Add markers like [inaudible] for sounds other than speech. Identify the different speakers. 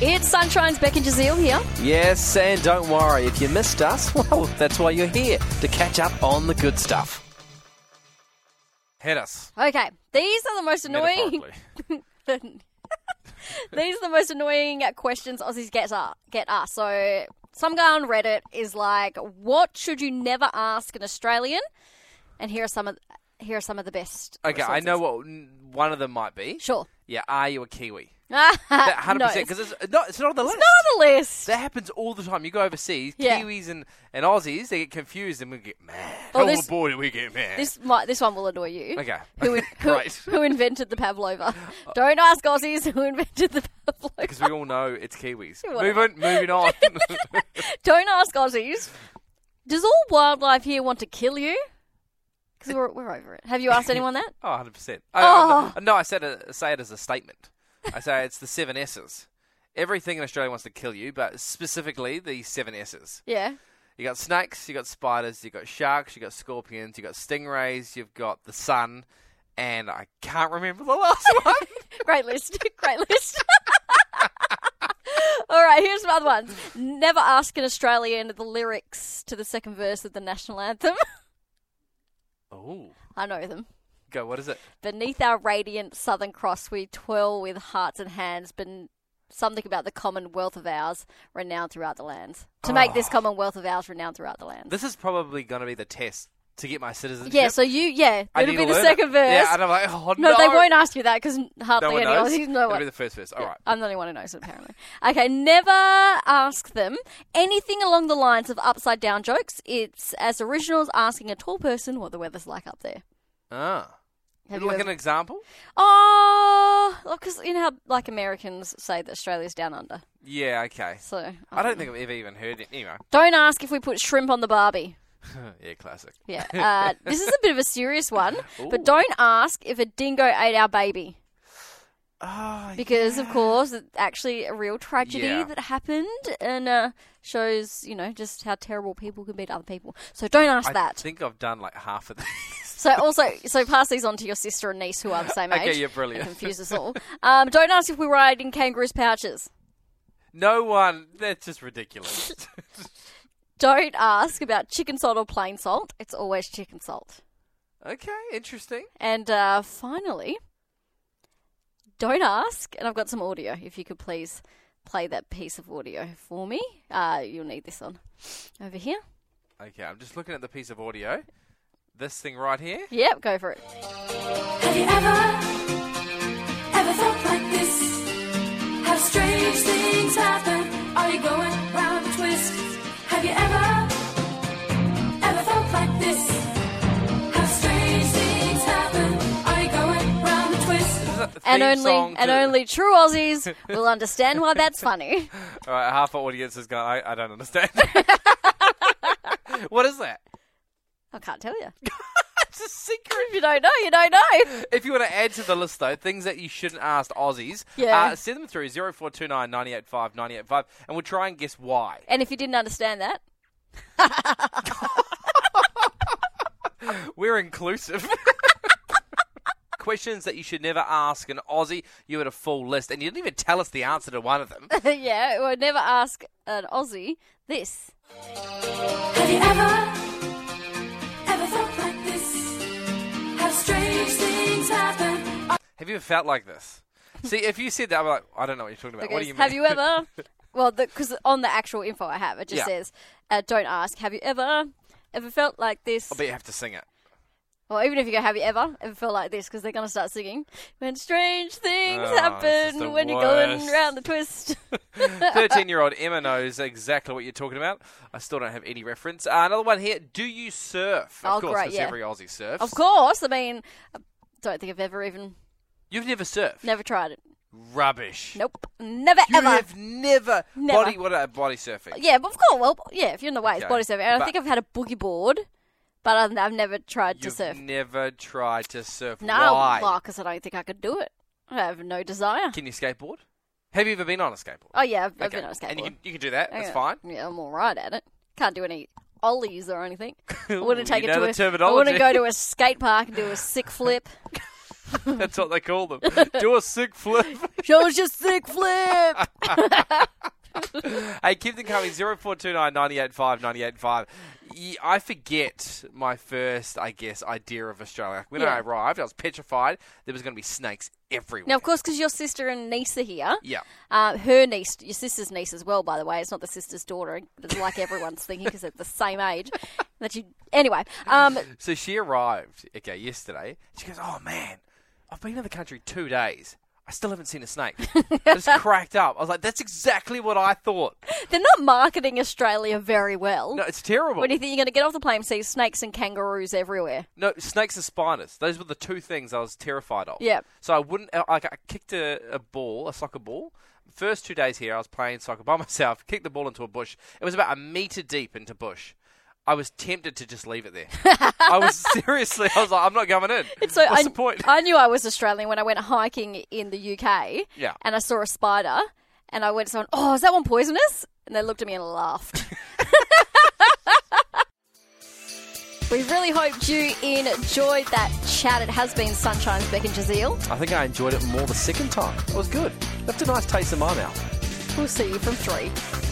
Speaker 1: It's Sunshine's Becky Jazeel here.
Speaker 2: Yes, and don't worry, if you missed us, [laughs] well, that's why you're here, to catch up on the good stuff. Hit us.
Speaker 1: Okay, these are the most annoying.
Speaker 2: metaphorically.
Speaker 1: [laughs] these are the most annoying questions Aussies get are, get asked. So some guy on Reddit is like, "What should you never ask an Australian?" And here are some of here are some of the best.
Speaker 2: Okay, I
Speaker 1: responses.
Speaker 2: know what n- one of them might be.
Speaker 1: Sure.
Speaker 2: Yeah, are you a Kiwi?
Speaker 1: [laughs]
Speaker 2: That
Speaker 1: That [laughs]
Speaker 2: 100%, because it's, not, it's not on the list.
Speaker 1: not on the list.
Speaker 2: That happens all the time. You go overseas,
Speaker 1: Yeah.
Speaker 2: Kiwis and, and Aussies, they get confused and we get mad.
Speaker 1: Oh,
Speaker 2: Oh,
Speaker 1: this-
Speaker 2: boy, do we get mad.
Speaker 1: This might, this one will annoy you.
Speaker 2: Okay.
Speaker 1: Who,
Speaker 2: [laughs] Okay,
Speaker 1: who,
Speaker 2: great.
Speaker 1: who invented the
Speaker 2: [laughs]
Speaker 1: pavlova? Don't ask Aussies who invented the
Speaker 2: Because
Speaker 1: pavlova.
Speaker 2: we all know it's Kiwis.
Speaker 1: Whatever.
Speaker 2: Moving, moving on.
Speaker 1: [laughs] Don't ask Aussies. Does all wildlife here want to kill you? Because we're, we're over it. Have you asked anyone that?
Speaker 2: oh, 100%. I- I-
Speaker 1: Oh.
Speaker 2: no, I said it, say it as a statement. I say it's the seven S's. Everything in Australia wants to kill you, but specifically the seven S's.
Speaker 1: Yeah. [laughs]
Speaker 2: You got snakes, you got spiders, you got sharks, you got scorpions, you got stingrays, you've got the sun, and I can't remember the last one.
Speaker 1: Great list. [laughs] Great list. All right, here's some other ones. Never ask an Australian the lyrics to the second verse of the national anthem. [laughs]
Speaker 2: Oh,
Speaker 1: I know them.
Speaker 2: go. What is it?
Speaker 1: Beneath our radiant southern cross, we twirl with hearts and hands. Been something about the commonwealth of ours, renowned throughout the lands. To make this commonwealth of ours renowned throughout the lands.
Speaker 2: This is probably going to be the test to get my citizenship.
Speaker 1: yeah, so you, yeah,
Speaker 2: I
Speaker 1: it'll
Speaker 2: need
Speaker 1: be
Speaker 2: to
Speaker 1: the
Speaker 2: learn
Speaker 1: second
Speaker 2: it.
Speaker 1: verse.
Speaker 2: Yeah, and I'm like, oh
Speaker 1: no,
Speaker 2: no,
Speaker 1: they won't ask you that because hardly
Speaker 2: No one
Speaker 1: any
Speaker 2: knows.
Speaker 1: Aussies know
Speaker 2: It'll
Speaker 1: it.
Speaker 2: be the first verse. All right.
Speaker 1: I'm the only one who knows it, apparently. Okay, never ask them anything along the lines of upside down jokes. It's as original as asking a tall person what the weather's like up there.
Speaker 2: Ah.
Speaker 1: Have
Speaker 2: Would you
Speaker 1: you
Speaker 2: like
Speaker 1: ever-
Speaker 2: an example?
Speaker 1: Oh, because you know how like Americans say that Australia's down under.
Speaker 2: Yeah, okay.
Speaker 1: So uh,
Speaker 2: I don't think I've ever even heard it. Anyway. [laughs]
Speaker 1: Don't ask if we put shrimp on the barbie.
Speaker 2: yeah, classic. [laughs]
Speaker 1: Yeah, uh, this is a bit of a serious one,
Speaker 2: Ooh.
Speaker 1: but don't ask if a dingo ate our baby
Speaker 2: Ah,
Speaker 1: because, of course, it's actually a real tragedy
Speaker 2: Yeah.
Speaker 1: that happened and uh, shows you know just how terrible people can be to other people. So don't ask
Speaker 2: I
Speaker 1: that.
Speaker 2: think I've done like half
Speaker 1: [laughs]
Speaker 2: of these.
Speaker 1: So also, so pass these on to your sister and niece who are the same
Speaker 2: [laughs] Okay,
Speaker 1: age.
Speaker 2: you're brilliant.
Speaker 1: And confuse us all. Um, don't ask if we ride in kangaroos' pouches.
Speaker 2: no one. That's
Speaker 1: [laughs]
Speaker 2: just ridiculous.
Speaker 1: Don't ask about chicken salt or plain salt. It's always chicken salt.
Speaker 2: okay, interesting.
Speaker 1: And uh, finally, don't ask. And I've got some audio. If you could please play that piece of audio for me, uh, you'll need this one over here.
Speaker 2: Okay, I'm just looking at the piece of audio. This thing right here.
Speaker 1: Yep, go for it.
Speaker 3: Have you ever, ever felt like this? Have strange things happen? Are you going round a twist? Have you ever, ever felt like this? Have strange things happen? Are you going round a twist?
Speaker 2: Is that the
Speaker 1: And
Speaker 2: theme
Speaker 1: only
Speaker 2: song
Speaker 1: and
Speaker 2: to-
Speaker 1: only true
Speaker 2: [laughs]
Speaker 1: Aussies will understand why that's funny.
Speaker 2: All right, half our audience is going. I, I
Speaker 1: [laughs]
Speaker 2: don't understand. what is that?
Speaker 1: I can't tell
Speaker 2: [laughs]
Speaker 1: you.
Speaker 2: It's a secret.
Speaker 1: If you don't know, you don't know.
Speaker 2: If you want to add to the list, though, things that you shouldn't ask Aussies,
Speaker 1: Yeah.
Speaker 2: uh, send them through 0429 985 985, and we'll try and guess why.
Speaker 1: And if you didn't understand that, [laughs]
Speaker 2: We're inclusive. [laughs] Questions that you should never ask an Aussie, you had a full list, and you didn't even tell us the answer to one of [laughs] them.
Speaker 1: yeah, well, never ask an Aussie this.
Speaker 3: Have you ever, ever felt like this? Have strange things happen?
Speaker 2: Have you ever felt like this? See, if you said that, I'm like, I don't know what you're talking about. Uh, What do
Speaker 1: Because
Speaker 2: you mean?
Speaker 1: Have you
Speaker 2: [laughs]
Speaker 1: ever? Well, because on the actual info I have, it just
Speaker 2: Yeah.
Speaker 1: says, uh, "Don't ask. Have you ever, ever felt like this?"
Speaker 2: I bet you have to sing
Speaker 1: [laughs]
Speaker 2: it.
Speaker 1: Well, even if you go, "Have you ever, ever felt like this?" Because they're gonna start singing. When strange things
Speaker 2: Oh, this is the
Speaker 1: happen, when you're going
Speaker 2: worst.
Speaker 1: round the twist.
Speaker 2: 13 year old Emma knows exactly what you're talking about. I still don't have any reference. Uh, another one here. Do you surf? Of
Speaker 1: Oh,
Speaker 2: course,
Speaker 1: great,
Speaker 2: because
Speaker 1: yeah.
Speaker 2: every Aussie surfs.
Speaker 1: of course, I mean, I don't think I've ever even
Speaker 2: You've never surfed?
Speaker 1: never tried it.
Speaker 2: Rubbish.
Speaker 1: Nope, never
Speaker 2: You
Speaker 1: ever.
Speaker 2: have never,
Speaker 1: Never.
Speaker 2: body what about body surfing?
Speaker 1: Yeah, but of course. Well, yeah, if you're in the way, it's
Speaker 2: Okay,
Speaker 1: body surfing. And
Speaker 2: but-
Speaker 1: I think I've had a boogie board, but I've, I've never tried to
Speaker 2: You've
Speaker 1: surf.
Speaker 2: never tried to surf.
Speaker 1: No,
Speaker 2: Why?
Speaker 1: because I don't think I could do it. I have no desire.
Speaker 2: Can you skateboard? Have you ever been on a skateboard?
Speaker 1: Oh yeah, I've, I've
Speaker 2: Okay.
Speaker 1: been on a skateboard.
Speaker 2: And you can, you can do that. That's
Speaker 1: Yeah.
Speaker 2: fine.
Speaker 1: Yeah, I'm all right at it. Can't do any ollies or anything. [laughs] I wouldn't
Speaker 2: Ooh,
Speaker 1: take
Speaker 2: [laughs] you
Speaker 1: it to
Speaker 2: know the
Speaker 1: a. I
Speaker 2: terminology. [laughs]
Speaker 1: wouldn't go to a skate park and do a sick flip.
Speaker 2: That's what they
Speaker 1: [laughs]
Speaker 2: call them. Do a sick flip. [laughs]
Speaker 1: Show us your sick flip.
Speaker 2: hey, keep them coming. 0429 985 985. Ye- I forget my first, I guess, idea of Australia. When I
Speaker 1: Yeah.
Speaker 2: arrived, I was petrified. There was going to be snakes everywhere.
Speaker 1: now, of course, because your sister and niece are here.
Speaker 2: Yeah.
Speaker 1: Uh, her niece, your sister's niece as well, by the way. It's not the sister's daughter. It's like everyone's thinking because they're the same age. That you anyway. Um,
Speaker 2: So she arrived, okay, yesterday. She goes, Oh man, I've been in the country two days. I still haven't seen
Speaker 1: [laughs]
Speaker 2: a snake. I just cracked up. I was like, That's exactly what I thought.
Speaker 1: they're not marketing Australia very well.
Speaker 2: No, it's terrible.
Speaker 1: When you think you're going to get off the plane and see snakes and kangaroos everywhere.
Speaker 2: No, snakes and spiders. Those were the two things I was terrified of.
Speaker 1: Yeah.
Speaker 2: So I wouldn't. I, I kicked a, a ball, a soccer ball. First two days here, I was playing soccer by [laughs] myself. Kicked the ball into a bush. It was about a meter deep into bush. I was tempted to just leave
Speaker 1: [laughs]
Speaker 2: it there. I was seriously. I was like, I'm not going in.
Speaker 1: So
Speaker 2: What's
Speaker 1: I,
Speaker 2: the point?
Speaker 1: I knew I was Australian when I went hiking in the UK.
Speaker 2: Yeah.
Speaker 1: And I saw a spider, and I went to someone, "Oh, is that one poisonous?" And they looked at me and
Speaker 2: [laughs]
Speaker 1: laughed. we really hoped you enjoyed that chat. It has been Sunshine's Beck and Jazeel.
Speaker 4: I think I enjoyed it more the second time. It was good. Left a nice taste in my mouth.
Speaker 1: We'll see you from three.